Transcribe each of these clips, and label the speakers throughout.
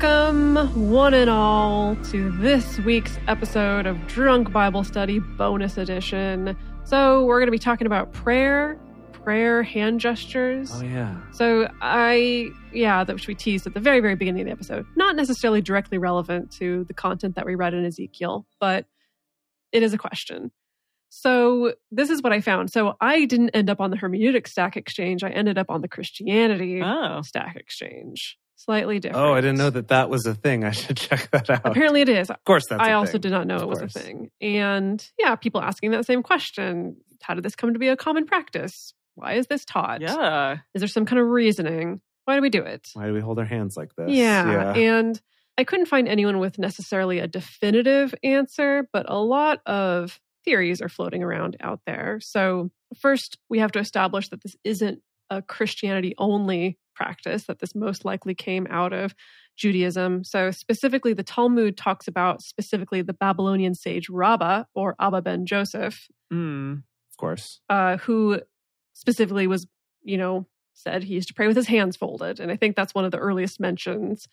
Speaker 1: Welcome, one and all, to this week's episode of Drunk Bible Study Bonus Edition. So, we're going to be talking about prayer, prayer hand gestures.
Speaker 2: Oh yeah.
Speaker 1: So, I, yeah, that which we teased at the very, very beginning of the episode. Not necessarily directly relevant to the content that we read in Ezekiel, but it is a question. So, this is what I found. So, I didn't end up on the hermeneutic stack exchange, I ended up on the Christianity
Speaker 3: Oh.
Speaker 1: stack exchange. Slightly different.
Speaker 2: Oh, I didn't know that that was a thing. I should check that out.
Speaker 1: Apparently, it is.
Speaker 2: of course, Oh, that's.
Speaker 1: I
Speaker 2: a
Speaker 1: also
Speaker 2: thing.
Speaker 1: did not know
Speaker 2: Of
Speaker 1: it was
Speaker 2: course.
Speaker 1: a thing. And yeah, people asking that same question How did this come to be a common practice? Why is this taught?
Speaker 3: Yeah.
Speaker 1: Is there some kind of reasoning? Why do we do it?
Speaker 2: Why do we hold our hands like this?
Speaker 1: Yeah. And I couldn't find anyone with necessarily a definitive answer, but a lot of theories are floating around out there. So, first, we have to establish that this isn't a Christianity only practice, that this most likely came out of Judaism. So, specifically, the Talmud talks about specifically the Babylonian sage Rabbah or Abba ben Joseph,
Speaker 3: Mm.
Speaker 2: Of course.
Speaker 1: uh, who specifically was, you know, said he used to pray with his hands folded. And I think that's one of the earliest mentions,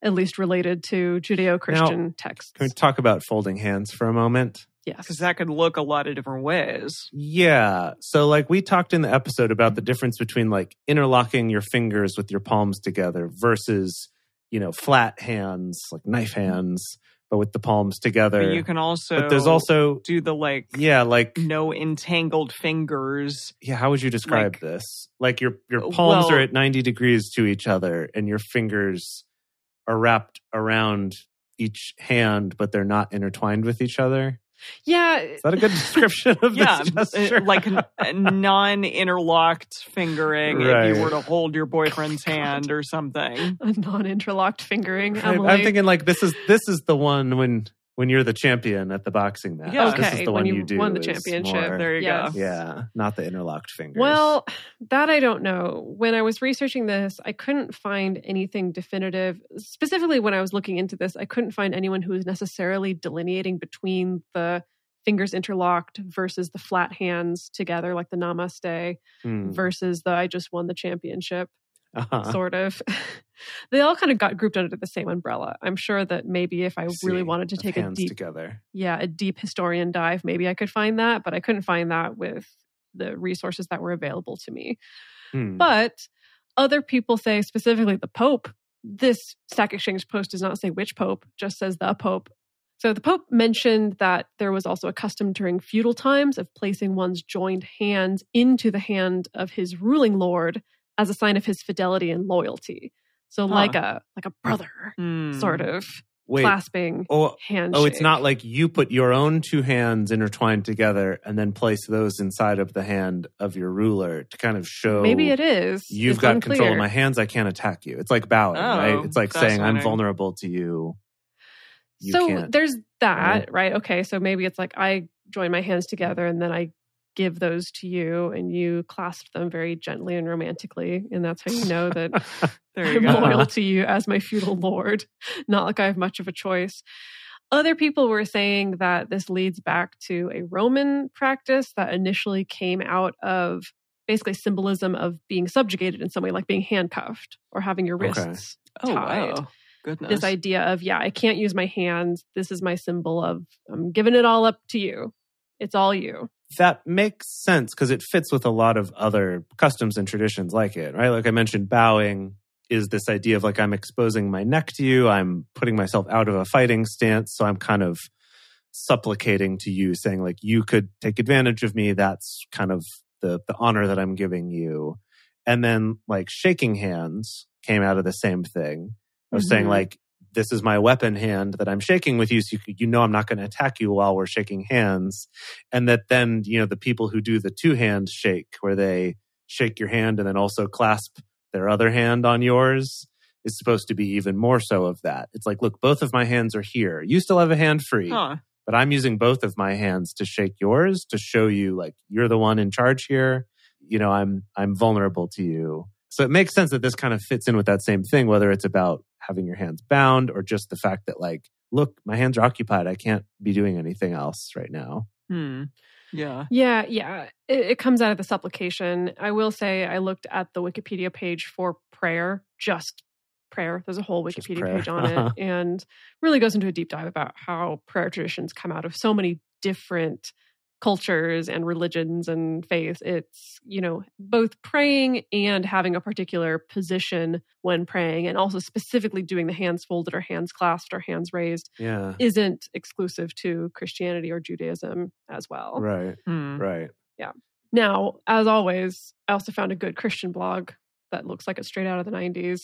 Speaker 1: at least related to Judeo Christian texts.
Speaker 2: Can we talk about folding hands for a moment?
Speaker 1: yes.
Speaker 3: Because that could look a lot of different ways.
Speaker 2: Yeah. So, like, we talked in the episode about the difference between like interlocking your fingers with your palms together versus, you know, flat hands, like knife hands, but with the palms together.
Speaker 3: But you can also
Speaker 2: but there's also,
Speaker 3: do the like
Speaker 2: yeah, like,
Speaker 3: no entangled fingers.
Speaker 2: yeah, how would you describe
Speaker 3: Like-
Speaker 2: this? Like, your, your
Speaker 1: Oh,
Speaker 2: palms
Speaker 3: Well-
Speaker 2: are at 90 degrees to each other and your fingers are wrapped around each hand, but they're not intertwined with each other.
Speaker 1: Yeah.
Speaker 2: Is that a good description of
Speaker 3: Yeah,
Speaker 2: this? gesture?
Speaker 3: uh, like n- a non-interlocked fingering. If
Speaker 2: Right.
Speaker 3: you were to hold your boyfriend's hand or something.
Speaker 1: a non interlocked fingering.
Speaker 2: Right,
Speaker 1: Emily.
Speaker 2: I'm thinking like this is this is the one when when you're the champion at the boxing match.
Speaker 3: Yeah.
Speaker 2: this is
Speaker 1: Okay,
Speaker 2: the
Speaker 1: when
Speaker 2: one
Speaker 1: you
Speaker 2: you, do.
Speaker 1: won the
Speaker 2: is
Speaker 1: championship.
Speaker 2: more-
Speaker 3: There you
Speaker 1: Yes.
Speaker 3: go.
Speaker 2: yeah, not the interlocked fingers.
Speaker 1: Well, that I don't know. When I was researching this, I couldn't find anything definitive. Specifically, when I was looking into this, I couldn't find anyone who was necessarily delineating between the fingers interlocked versus the flat hands together, like the namaste,
Speaker 2: Hmm.
Speaker 1: versus the I just won the championship,
Speaker 2: Uh-huh.
Speaker 1: sort of. they all kind of got grouped under the same umbrella. I'm sure that maybe if I really
Speaker 2: See,
Speaker 1: wanted to
Speaker 2: of
Speaker 1: take a
Speaker 2: hands
Speaker 1: deep
Speaker 2: together.
Speaker 1: yeah, a deep historian dive. Maybe I could find that, but I couldn't find that with the resources that were available to me.
Speaker 2: Hmm.
Speaker 1: But other people say, specifically the Pope, this Stack Exchange post does not say which Pope, just says the Pope. So the Pope mentioned that there was also a custom during feudal times of placing one's joined hands into the hand of his ruling lord as a sign of his fidelity and loyalty. So
Speaker 3: Huh.
Speaker 1: like a like a brother
Speaker 3: Hmm.
Speaker 1: sort of
Speaker 2: Wait.
Speaker 1: clasping
Speaker 2: Oh,
Speaker 1: handshake.
Speaker 2: oh, it's not like you put your own two hands intertwined together and then place those inside of the hand of your ruler to kind of show
Speaker 1: Maybe it is.
Speaker 2: oh, You've
Speaker 1: It's
Speaker 2: got control of
Speaker 1: unclear.
Speaker 2: my hands. I can't attack you. It's like bowing,
Speaker 3: Oh,
Speaker 2: right? It's like saying I'm
Speaker 3: fascinating.
Speaker 2: vulnerable to you. You
Speaker 1: so
Speaker 2: can't.
Speaker 1: there's that,
Speaker 2: right?
Speaker 1: right? Okay, so maybe it's like I join my hands together and then I give those to you and you clasp them very gently and romantically and that's how you know that
Speaker 3: There you
Speaker 1: I'm
Speaker 3: go.
Speaker 1: loyal to you as my feudal lord. Not like I have much of a choice. Other people were saying that this leads back to a Roman practice that initially came out of basically symbolism of being subjugated in some way, like being handcuffed or having your wrists
Speaker 2: Okay.
Speaker 3: Oh
Speaker 1: tied.
Speaker 3: wow. Goodness.
Speaker 1: this idea of yeah i can't use my hands this is my symbol of i'm giving it all up to you it's all you
Speaker 2: that makes sense because it fits with a lot of other customs and traditions like it, right? Like I mentioned, bowing is this idea of like I'm exposing my neck to you, I'm putting myself out of a fighting stance, so I'm kind of supplicating to you, saying like you could take advantage of me. That's kind of the the honor that I'm giving you. And then like shaking hands came out of the same thing. I was saying
Speaker 1: Mhm.
Speaker 2: like this is my weapon hand that I'm shaking with you, so you, you know I'm not going to attack you while we're shaking hands and that then you know the people who do the two hand shake where they shake your hand and then also clasp their other hand on yours is supposed to be even more so of that it's like look both of my hands are here you still have a hand free
Speaker 3: Huh.
Speaker 2: but i'm using both of my hands to shake yours to show you like you're the one in charge here you know i'm i'm vulnerable to you so it makes sense that this kind of fits in with that same thing whether it's about having your hands bound or just the fact that like look my hands are occupied i can't be doing anything else right now
Speaker 3: Hmm. Yeah.
Speaker 1: yeah yeah it, it comes out of the supplication i will say i looked at the wikipedia page for prayer just prayer. There's a whole
Speaker 2: Just
Speaker 1: Wikipedia
Speaker 2: prayer.
Speaker 1: page on
Speaker 2: Uh-huh.
Speaker 1: it and really goes into a deep dive about how prayer traditions come out of so many different cultures and religions and faiths. It's, you know, both praying and having a particular position when praying and also specifically doing the hands folded or hands clasped or hands raised
Speaker 2: Yeah.
Speaker 1: isn't exclusive to Christianity or Judaism as well.
Speaker 2: Right.
Speaker 3: Hmm.
Speaker 2: Right.
Speaker 1: Now, as always, I also found a good Christian blog that looks like it's straight out of the 90s.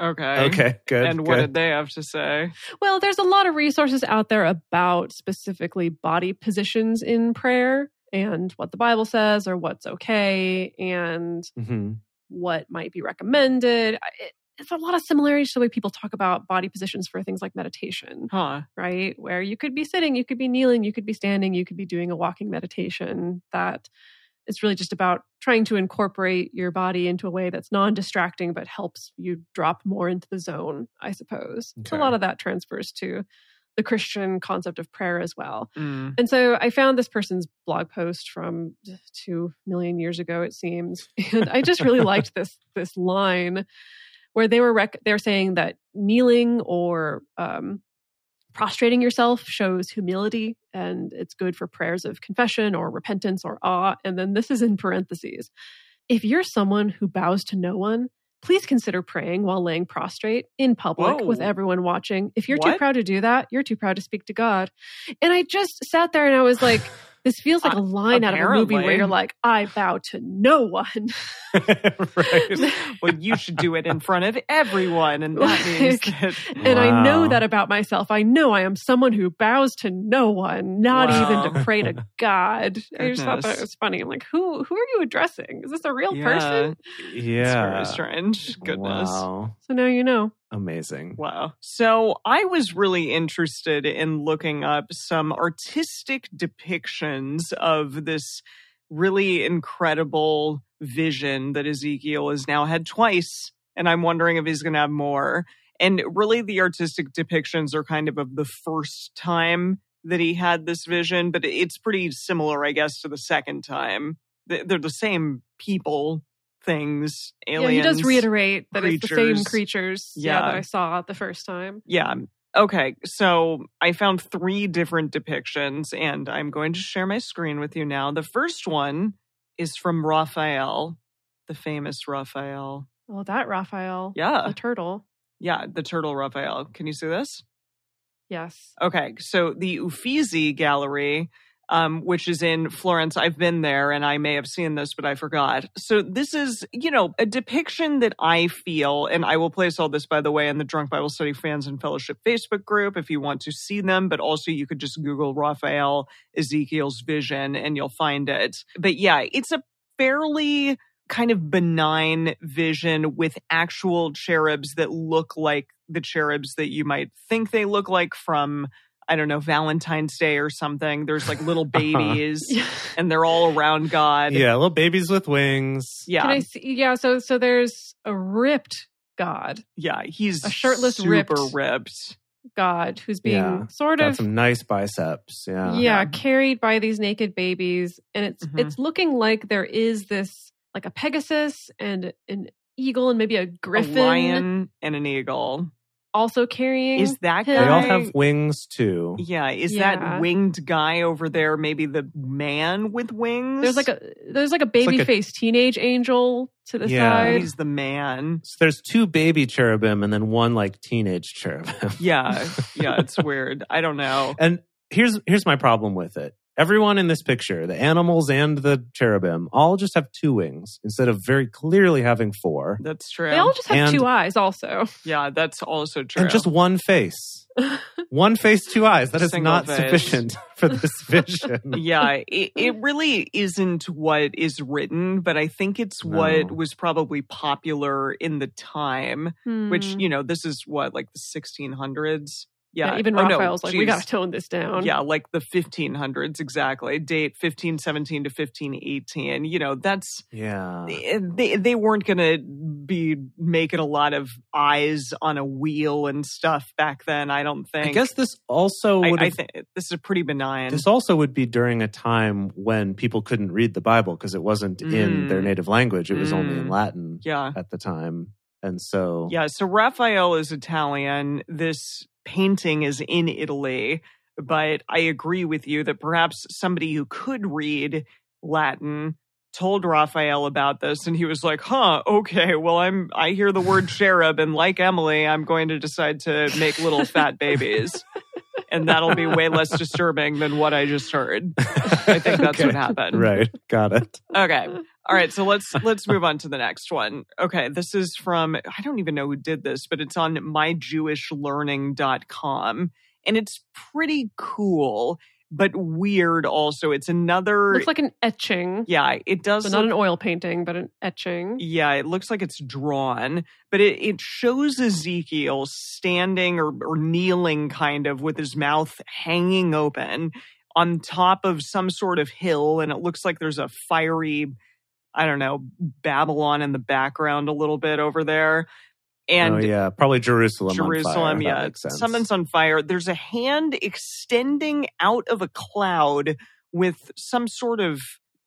Speaker 3: Okay.
Speaker 2: Okay. Good.
Speaker 3: And what
Speaker 2: good.
Speaker 3: did they have to say?
Speaker 1: well, there's a lot of resources out there about specifically body positions in prayer and what the Bible says or what's okay and
Speaker 2: Mhm.
Speaker 1: what might be recommended. I- It, it's a lot of similarities to the way people talk about body positions for things like meditation,
Speaker 3: Huh.
Speaker 1: right? Where you could be sitting, you could be kneeling, you could be standing, you could be doing a walking meditation that it's really just about trying to incorporate your body into a way that's non-distracting but helps you drop more into the zone, I suppose. So A
Speaker 2: Okay.
Speaker 1: lot of that transfers to the Christian concept of prayer as well.
Speaker 3: Hmm.
Speaker 1: And so I found this person's blog post from two million years ago, it seems, and I just really liked this this line where they were rec- they're saying that kneeling or um, prostrating yourself shows humility and it's good for prayers of confession or repentance or awe. And then this is in parentheses: if you're someone who bows to no one. Please consider praying while laying prostrate in public
Speaker 3: Whoa.
Speaker 1: with everyone watching. If you're too
Speaker 3: What?
Speaker 1: proud to do that, you're too proud to speak to God. And I just sat there and I was like, this feels like a line out of a movie where
Speaker 3: apparently.
Speaker 1: you're like, I bow to no one.
Speaker 2: right.
Speaker 3: Well, you should do it in front of everyone, and that means
Speaker 1: Like-
Speaker 3: that
Speaker 1: and I know
Speaker 2: Wow.
Speaker 1: that about myself. I know I am someone who bows to no one, not
Speaker 3: Wow.
Speaker 1: even to pray to God. I just thought that
Speaker 3: Goodness.
Speaker 1: was funny. I'm like, who who are you addressing? Is this a real
Speaker 3: Yeah.
Speaker 1: person?
Speaker 3: it's
Speaker 2: Yeah.
Speaker 3: very strange. Goodness.
Speaker 2: Wow.
Speaker 1: So now you know.
Speaker 2: Amazing.
Speaker 3: Wow. So I was really interested in looking up some artistic depictions of this really incredible vision that Ezekiel has now had twice. And I'm wondering if he's going to have more. And really, the artistic depictions are kind of of the first time that he had this vision, but it's pretty similar, I guess, to the second time. They- They're the same people, things, aliens.
Speaker 1: yeah, he does reiterate that it's the same
Speaker 3: creatures.
Speaker 1: creatures yeah.
Speaker 3: Yeah.
Speaker 1: that I saw the first time.
Speaker 3: Yeah. um, Okay. So I found three different depictions, and I'm going to share my screen with you now. The first one is from Raphael, the famous Raphael.
Speaker 1: Oh, that Raphael.
Speaker 3: Yeah.
Speaker 1: The turtle.
Speaker 3: Yeah. The turtle Raphael. Can you see this?
Speaker 1: Yes.
Speaker 3: Okay, so the Uffizi Gallery, um, which is in Florence, I've been there and I may have seen this, but I forgot. So this is, you know, a depiction that I feel, and I will place all this, by the way, in the Drunk Bible Study Fans and Fellowship Facebook group if you want to see them, but also you could just Google Raphael Ezekiel's vision and you'll find it. But yeah, it's a fairly kind of benign vision with actual cherubs that look like the cherubs that you might think they look like from I don't know Valentine's Day or something. There's like little babies and they're all around God.
Speaker 2: Uh-huh. Yeah. Little babies with wings.
Speaker 3: Yeah.
Speaker 1: Can I see? Yeah. So so there's a ripped God,
Speaker 3: yeah, he's
Speaker 1: A shirtless,
Speaker 3: super
Speaker 1: ripped-
Speaker 3: ripped.
Speaker 1: God who's being
Speaker 2: Yeah.
Speaker 1: sort
Speaker 2: Got
Speaker 1: of
Speaker 2: some nice biceps. Yeah.
Speaker 1: yeah
Speaker 3: Yeah.
Speaker 1: carried by these naked babies, and it's
Speaker 3: Mhm.
Speaker 1: it's looking like there is this like a Pegasus and an eagle and maybe a griffin
Speaker 3: a lion and an eagle.
Speaker 1: also carrying.
Speaker 3: Is that
Speaker 1: They
Speaker 2: They
Speaker 3: guy?
Speaker 2: all have wings too.
Speaker 3: yeah, is
Speaker 1: Yeah.
Speaker 3: that winged guy over there maybe the man with wings?
Speaker 1: there's like a there's like a
Speaker 2: like a-
Speaker 1: baby faced teenage angel to the
Speaker 2: Yeah.
Speaker 1: side.
Speaker 3: he's the man.
Speaker 2: So there's two baby cherubim and then one like teenage cherubim.
Speaker 3: Yeah, yeah, it's weird. I don't know.
Speaker 2: And here's here's my problem with it. Everyone in this picture, the animals and the cherubim, all just have two wings instead of very clearly having four.
Speaker 3: That's true.
Speaker 1: They all just have
Speaker 2: And-
Speaker 1: two eyes also.
Speaker 3: yeah, that's also true.
Speaker 2: And just one face. one face, two eyes. That is
Speaker 3: Single
Speaker 2: not
Speaker 3: face.
Speaker 2: sufficient for this vision.
Speaker 3: yeah, it, it really isn't what is written, but I think it's what
Speaker 2: No.
Speaker 3: was probably popular in the time,
Speaker 1: Hmm.
Speaker 3: which, you know, this is what, like the 1600s? Yeah.
Speaker 1: Mm-hmm. yeah, even
Speaker 3: Oh, no,
Speaker 1: Raphael's like we
Speaker 3: geez.
Speaker 1: gotta tone this down.
Speaker 3: Yeah, like the 1500s, exactly. Date 1517 to 1518. You know, that's
Speaker 2: yeah.
Speaker 3: they they weren't gonna be making a lot of eyes on a wheel and stuff back then. I don't think.
Speaker 2: I guess this also
Speaker 3: I,
Speaker 2: would
Speaker 3: I
Speaker 2: have
Speaker 3: think this is a pretty benign.
Speaker 2: This also would be during a time when people couldn't read the Bible because it wasn't in
Speaker 3: Mm.
Speaker 2: their native language. It was only in
Speaker 3: Mm.
Speaker 2: Latin
Speaker 3: yeah.
Speaker 2: at the time. And so,
Speaker 3: Yeah, so Raphael is Italian. This painting is in Italy, but I agree with you that perhaps somebody who could read Latin told Raphael about this and he was like, "Huh, okay, well I'm I hear the word cherub and like Emily, I'm going to decide to make little fat babies." And that'll be way less disturbing than what I just heard. I think that's
Speaker 2: Okay.
Speaker 3: what happened.
Speaker 2: Right. Got it.
Speaker 3: Okay. All right, so let's let's move on to the next one. Okay, this is from I don't even know who did this, but it's on myjewishlearning.com and it's pretty cool but weird also. It's another
Speaker 1: Looks like an etching.
Speaker 3: Yeah, it does
Speaker 1: So not
Speaker 3: look-
Speaker 1: an oil painting, but an etching.
Speaker 3: yeah, it looks like it's drawn, but it, it shows Ezekiel standing or, or kneeling, kind of, with his mouth hanging open on top of some sort of hill. And it looks like there's a fiery, I don't know, Babylon in the background a little bit over there. And
Speaker 2: oh, yeah. Probably Jerusalem. on fire.
Speaker 3: Jerusalem,
Speaker 2: That
Speaker 3: yeah.
Speaker 2: makes sense.
Speaker 3: Something's on fire. There's a hand extending out of a cloud with some sort of.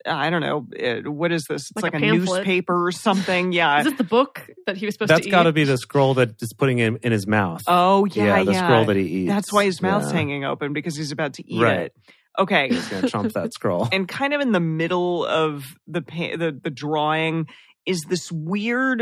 Speaker 3: I don't know. uh, What is this? It's like,
Speaker 1: Like
Speaker 3: a,
Speaker 1: a pamphlet.
Speaker 3: newspaper or something. Yeah.
Speaker 1: Is it the book that he was supposed
Speaker 2: That's
Speaker 1: to eat?
Speaker 2: got to be the scroll that is putting him in his mouth.
Speaker 3: oh, yeah.
Speaker 2: the
Speaker 3: yeah.
Speaker 2: scroll that he eats.
Speaker 3: That's why his mouth's
Speaker 2: Yeah.
Speaker 3: hanging open because he's about to eat
Speaker 2: Right.
Speaker 3: it. Okay.
Speaker 2: He's going to chomp that scroll.
Speaker 3: and kind of in the middle of the pa- the, the drawing is this weird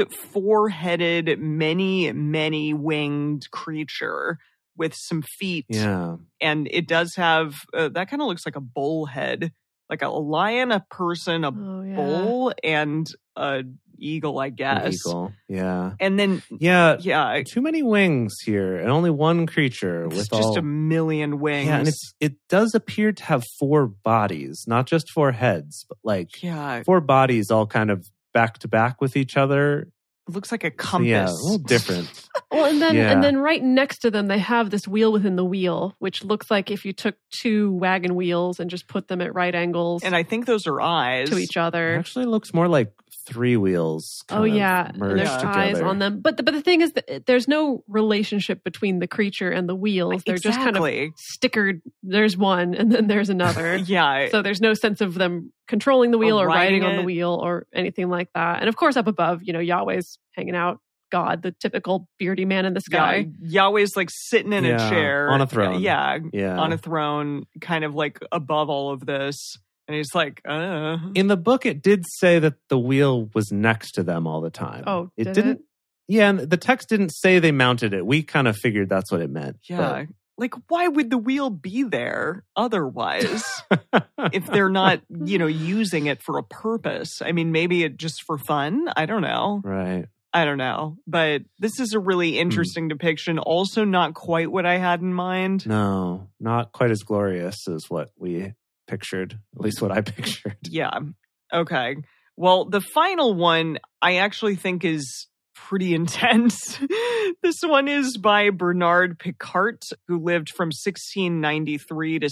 Speaker 3: four-headed many many winged creature with some feet
Speaker 2: Yeah.
Speaker 3: and it does have uh, that kind of looks like a bull head like a lion a person a
Speaker 1: Oh yeah.
Speaker 3: bull and a eagle i
Speaker 2: Mm, An
Speaker 3: guess
Speaker 2: eagle. Yeah.
Speaker 3: and then
Speaker 2: Yeah.
Speaker 3: yeah
Speaker 2: Too many wings here and only one creature
Speaker 3: it's
Speaker 2: with
Speaker 3: just
Speaker 2: all.
Speaker 3: a million wings
Speaker 2: yeah, and it's, it does appear to have four bodies, not just four heads, but like
Speaker 3: yeah
Speaker 2: four bodies all kind of back to back with each other.
Speaker 3: it looks like a
Speaker 2: So,
Speaker 3: compass
Speaker 2: yeah, a little different.
Speaker 1: Well, and then
Speaker 2: Yeah.
Speaker 1: and then right next to them they have this wheel within the wheel, which looks like if you took two wagon wheels and just put them at right angles
Speaker 3: and i think those are eyes
Speaker 1: to each
Speaker 2: It
Speaker 1: other.
Speaker 2: actually looks more like three wheels.
Speaker 1: Oh
Speaker 2: kind of
Speaker 1: yeah, and
Speaker 2: merged
Speaker 1: there's
Speaker 3: Yeah.
Speaker 1: eyes
Speaker 2: together.
Speaker 1: on them. But the, but the thing is that it- there's no relationship between the creature and the wheels. They're just kind of
Speaker 3: Exactly.
Speaker 1: stickered. There's one and then there's another.
Speaker 3: yeah
Speaker 1: so there's no sense of them controlling the wheel
Speaker 3: Or
Speaker 1: or riding,
Speaker 3: riding
Speaker 1: on the
Speaker 3: it.
Speaker 1: wheel or anything like that. And of course, up above, you know, Yahweh's hanging out. God, the typical beardy man in the sky.
Speaker 3: Yeah, Yahweh's like sitting in
Speaker 2: Yeah,
Speaker 3: a chair
Speaker 2: on a throne.
Speaker 3: Yeah,
Speaker 2: Yeah.
Speaker 3: on a throne, kind of like above all of this, and he's like, uh.
Speaker 2: In the book, it did say that the wheel was next to them all the time.
Speaker 1: Oh, did it?
Speaker 2: didn't. Yeah, and the text didn't say they mounted it. We kind of figured that's what it meant.
Speaker 3: yeah. Like, why would the wheel be there otherwise
Speaker 2: but-
Speaker 3: if they're not, you know, using it for a purpose? I mean, maybe it just for fun. I don't know.
Speaker 2: right.
Speaker 3: I don't know. But this is a really interesting depiction. Also, not quite what I had in mind.
Speaker 2: No, not quite as glorious as what we pictured. At least what I pictured.
Speaker 3: Yeah. Okay. Well, the final one I actually think is pretty intense. this one is by Bernard Picart, who lived from 1693 to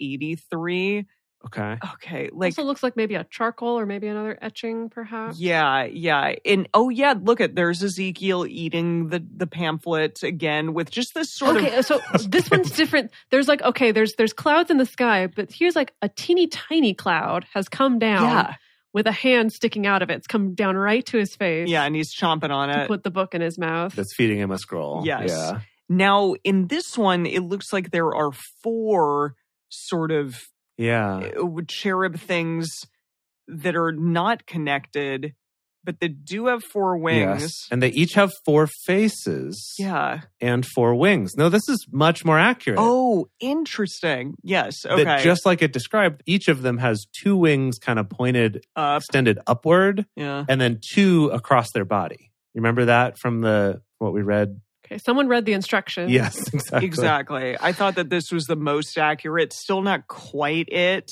Speaker 3: 1783.
Speaker 2: Okay.
Speaker 3: Okay. Like,
Speaker 1: also uh, looks like maybe a charcoal or maybe another etching, perhaps.
Speaker 3: yeah, yeah. And oh, yeah, look at there's Ezekiel eating the, the pamphlet again with just this sort of.
Speaker 1: Okay, so this one's different. There's like okay, there's there's clouds in the sky, but here's like a teeny tiny cloud has come down
Speaker 3: Yeah.
Speaker 1: with a hand sticking out of it. It's come down right to his face.
Speaker 3: Yeah. And he's chomping on
Speaker 1: to
Speaker 3: it.
Speaker 1: put the book in his mouth.
Speaker 2: That's feeding him a scroll.
Speaker 3: Yes.
Speaker 2: Yeah.
Speaker 3: Now, in this one, it looks like there are four sort of
Speaker 2: Yeah.
Speaker 3: uh, with cherub things that are not connected, but that do have four wings.
Speaker 2: Yes. And they each have four faces.
Speaker 3: yeah.
Speaker 2: and four wings. No, this is much more accurate.
Speaker 3: Oh, interesting. Yes. Okay.
Speaker 2: That just like it described, each of them has two wings kind of pointed,
Speaker 3: Up.
Speaker 2: extended upward,
Speaker 3: uh, Yeah.
Speaker 2: and then two across their body. You remember that from the what we read?
Speaker 1: Okay, someone read the instructions.
Speaker 2: Yes, exactly.
Speaker 3: Exactly. I thought that this was the most accurate. Still not quite it,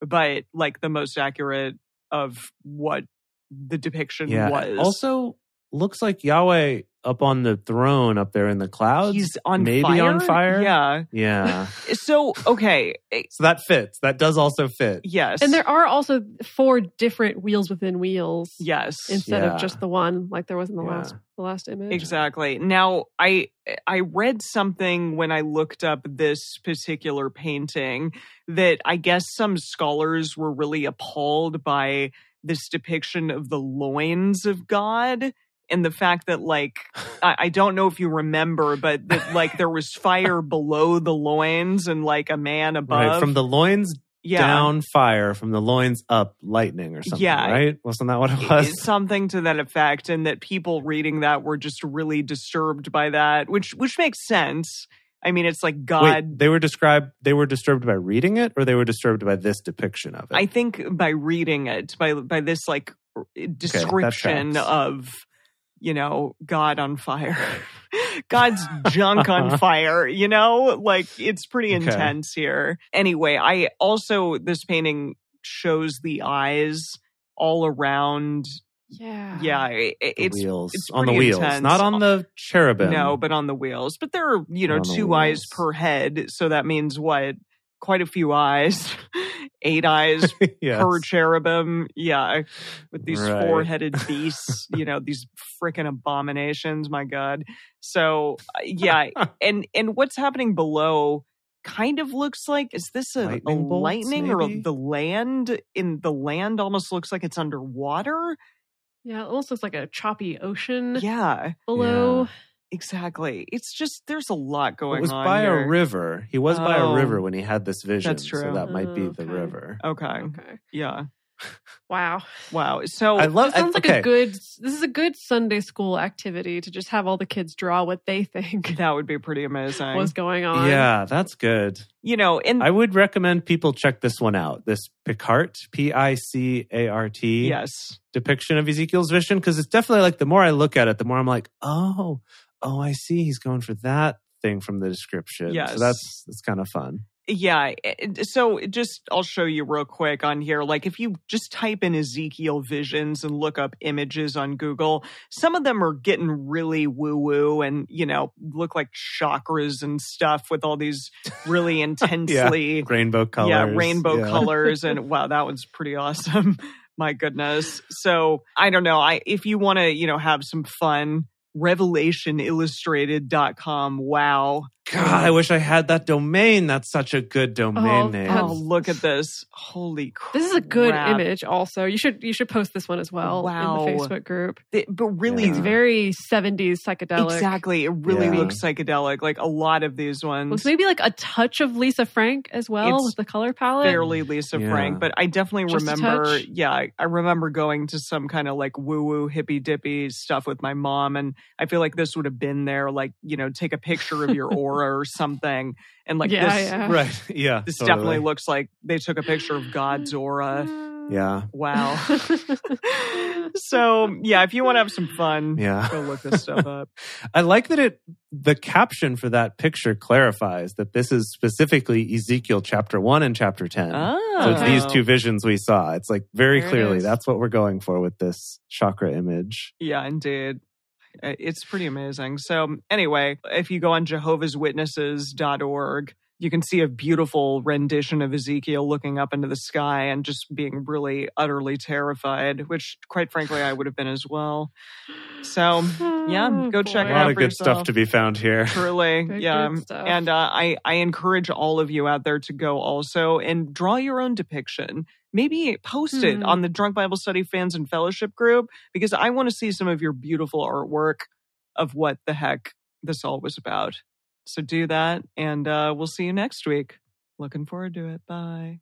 Speaker 3: but like the most accurate of what the depiction
Speaker 2: Yeah.
Speaker 3: was.
Speaker 2: Also, looks like Yahweh up on the throne up there in the clouds.
Speaker 3: he's on
Speaker 2: maybe
Speaker 3: fire.
Speaker 2: on fire.
Speaker 3: Yeah.
Speaker 2: yeah.
Speaker 3: So okay. Eh,
Speaker 2: so that fits. That does also fit.
Speaker 3: Yes.
Speaker 1: And there are also four different wheels within wheels
Speaker 3: Yes.
Speaker 1: instead
Speaker 2: Yeah.
Speaker 1: of just the one, like there was in the
Speaker 2: Yeah.
Speaker 1: last the last
Speaker 2: Mm-hmm.
Speaker 1: image.
Speaker 3: Exactly. Now, I I read something when I looked up this particular painting that I guess some scholars were really appalled by this depiction of the loins of God and the fact that like I, I don't know if you remember, but that like there was fire below the loins and like a man above.
Speaker 2: Right, from the loins
Speaker 3: yeah.
Speaker 2: down fire, from the loins up lightning or something,
Speaker 3: Yeah.
Speaker 2: right? Wasn't that what it
Speaker 3: i-
Speaker 2: was?
Speaker 3: something to that effect and that people reading that were just really disturbed by that which which makes sense i mean it's like god
Speaker 2: Wait, they were described they were disturbed by reading it or they were disturbed by this depiction of it?
Speaker 3: i think by reading it by by this like r- description
Speaker 2: tracks.
Speaker 3: of you know god on fire god's junk on fire you know like it's pretty
Speaker 2: Okay.
Speaker 3: intense here anyway i also this painting shows the eyes all around
Speaker 1: Yeah.
Speaker 3: yeah i i-
Speaker 2: the
Speaker 3: it's
Speaker 2: wheels
Speaker 3: it's
Speaker 2: on the
Speaker 3: pretty
Speaker 2: wheels,
Speaker 3: intense.
Speaker 2: not on the cherubim.
Speaker 3: No, but on the wheels. But there are, you know,
Speaker 2: um, On the
Speaker 3: two eyes
Speaker 2: wheels.
Speaker 3: per head. So that means what? Quite a few eyes. Eight eyes
Speaker 2: yes.
Speaker 3: per cherubim. Yeah. With these
Speaker 2: Right.
Speaker 3: four headed beasts, you know, these freaking abominations. My God. So, uh, yeah. and, and what's happening below kind of looks like is this a lightning, a
Speaker 2: Lightning bolts,
Speaker 3: lightning or
Speaker 2: maybe?
Speaker 3: the land in the land almost looks like it's underwater
Speaker 1: Yeah. It almost looks like a choppy ocean
Speaker 3: yeah
Speaker 1: below.
Speaker 3: exactly it's just there's a lot going
Speaker 2: It was
Speaker 3: on
Speaker 2: by
Speaker 3: here.
Speaker 2: a river. He was by
Speaker 3: Oh.
Speaker 2: a river when he had this vision.
Speaker 3: That's true.
Speaker 2: So that might be
Speaker 1: Okay.
Speaker 2: the river.
Speaker 3: Okay.
Speaker 1: Okay.
Speaker 3: Yeah.
Speaker 1: Wow.
Speaker 3: Wow. So
Speaker 2: I love.
Speaker 1: That sounds
Speaker 2: I,
Speaker 1: like
Speaker 2: okay.
Speaker 1: a good. This is a good Sunday school activity to just have all the kids draw what they think
Speaker 3: that would be pretty amazing.
Speaker 1: was going on.
Speaker 2: Yeah, that's good.
Speaker 3: you know, and
Speaker 2: I would recommend people check this one out. This Picart, P I C A R T
Speaker 3: yes.
Speaker 2: depiction of Ezekiel's vision, because it's definitely like the more I look at it, the more I'm like, oh, oh, I see. He's going for that thing from the description.
Speaker 3: Yes.
Speaker 2: So that's that's kind of fun.
Speaker 3: Yeah. and So just I'll show you real quick on here. Like if you just type in Ezekiel visions and look up images on Google, some of them are getting really woo-woo and, you know, look like chakras and stuff with all these really intensely
Speaker 2: Rainbow colors.
Speaker 3: Yeah, rainbow
Speaker 2: Yeah.
Speaker 3: colors, and wow, that one's pretty awesome. My goodness. So I don't know. I if you want to, you know, have some fun, revelationillustrated.com. Wow.
Speaker 2: God, I wish I had that domain. That's such a good domain
Speaker 1: Oh,
Speaker 2: name.
Speaker 1: God.
Speaker 3: Oh, look at this. Holy crap.
Speaker 1: This is a good
Speaker 3: Crap.
Speaker 1: image. Also, you should you should post this one as well
Speaker 3: Wow.
Speaker 1: in the Facebook group.
Speaker 3: It- but really
Speaker 1: It's
Speaker 2: Yeah.
Speaker 1: very seventies psychedelic.
Speaker 3: exactly. It really
Speaker 2: Yeah.
Speaker 3: looks psychedelic like a lot of these ones.
Speaker 1: Looks maybe like a touch of Lisa Frank as well
Speaker 3: It's
Speaker 1: with the color palette.
Speaker 3: barely Lisa
Speaker 2: Yeah.
Speaker 3: Frank, but I definitely
Speaker 1: Just a
Speaker 3: remember.
Speaker 1: touch.
Speaker 3: Yeah, I- I remember going to some kind of like woo woo hippy dippy stuff with my mom, and I feel like this would have been there. Like you know, take a picture of your aura or something, and like
Speaker 1: Yeah,
Speaker 3: this.
Speaker 1: yeah.
Speaker 2: Right. Yeah.
Speaker 3: This
Speaker 2: totally.
Speaker 3: definitely looks like they took a picture of God's aura.
Speaker 2: Yeah.
Speaker 3: Uh, Wow. so yeah, if you want to have some fun,
Speaker 2: Yeah.
Speaker 3: go look this stuff up.
Speaker 2: I like that it the caption for that picture clarifies that this is specifically Ezekiel chapter 1 and chapter 10.
Speaker 3: Oh,
Speaker 2: So it's
Speaker 1: Okay.
Speaker 2: these two visions we saw. It's like very
Speaker 1: There it
Speaker 2: clearly
Speaker 1: is.
Speaker 2: that's what we're going for with this chakra image.
Speaker 3: Yeah, indeed. Uh, It's pretty amazing. So, anyway, if you go on jehovahswitnesses.org, you can see a beautiful rendition of Ezekiel looking up into the sky and just being really utterly terrified, which, quite frankly, I would have been as well. So, yeah, go check
Speaker 2: A
Speaker 3: it
Speaker 2: lot
Speaker 3: out
Speaker 2: of
Speaker 3: for
Speaker 2: good
Speaker 3: yourself.
Speaker 2: stuff to be found here.
Speaker 3: truly,
Speaker 1: Good,
Speaker 3: yeah.
Speaker 1: good stuff.
Speaker 3: And uh, I, I encourage all of you out there to go also and draw your own depiction. Maybe post it
Speaker 1: Hmm.
Speaker 3: on the Drunk Bible Study Fans and Fellowship group because I want to see some of your beautiful artwork of what the heck this all was about. So do that, and uh, we'll see you next week. Looking forward to it. Bye.